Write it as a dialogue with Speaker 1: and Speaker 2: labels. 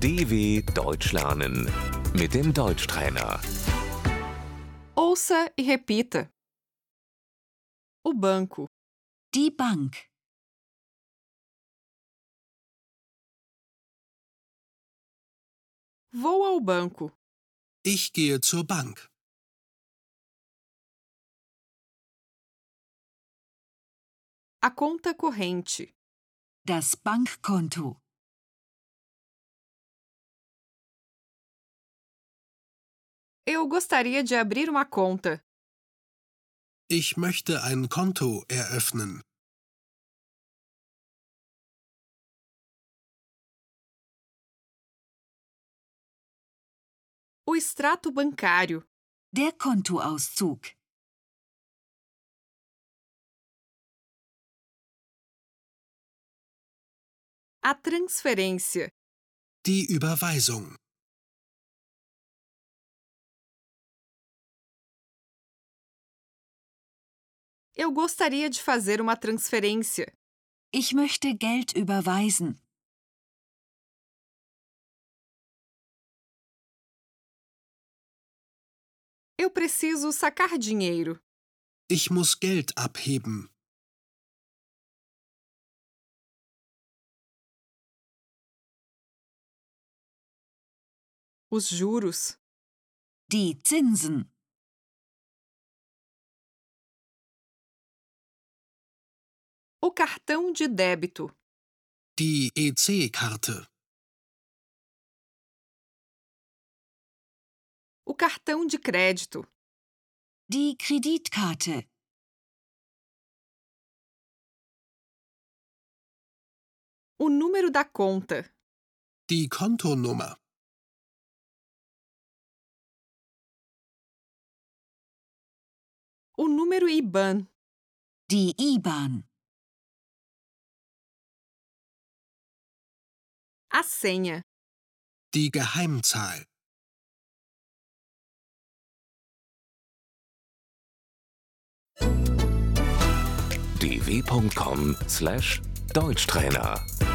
Speaker 1: DW Deutsch lernen mit dem Deutschtrainer.
Speaker 2: Ouça e repita. O banco,
Speaker 3: Die Bank,
Speaker 2: vou ao banco,
Speaker 4: Ich gehe zur Bank.
Speaker 2: a conta corrente,
Speaker 3: das Bankkonto,
Speaker 2: eu gostaria de abrir uma conta,
Speaker 4: Ich möchte ein Konto eröffnen.
Speaker 2: o extrato bancário,
Speaker 3: der Kontoauszug,
Speaker 2: a transferência,
Speaker 4: Die Überweisung.
Speaker 2: eu gostaria de fazer uma transferência,
Speaker 3: ich möchte Geld überweisen,
Speaker 2: eu preciso sacar dinheiro,
Speaker 4: Ich muss Geld abheben.
Speaker 2: os juros,
Speaker 3: die Zinsen,
Speaker 2: o cartão de débito,
Speaker 4: Die E EC-Karte.
Speaker 2: o cartão de crédito,
Speaker 3: die Kreditkarte,
Speaker 2: o número da conta,
Speaker 4: Die Kontonummer.
Speaker 2: o número IBAN,
Speaker 3: die IBAN,
Speaker 2: a senha,
Speaker 4: Die Geheimzahl.
Speaker 1: dw.com/deutschtrainer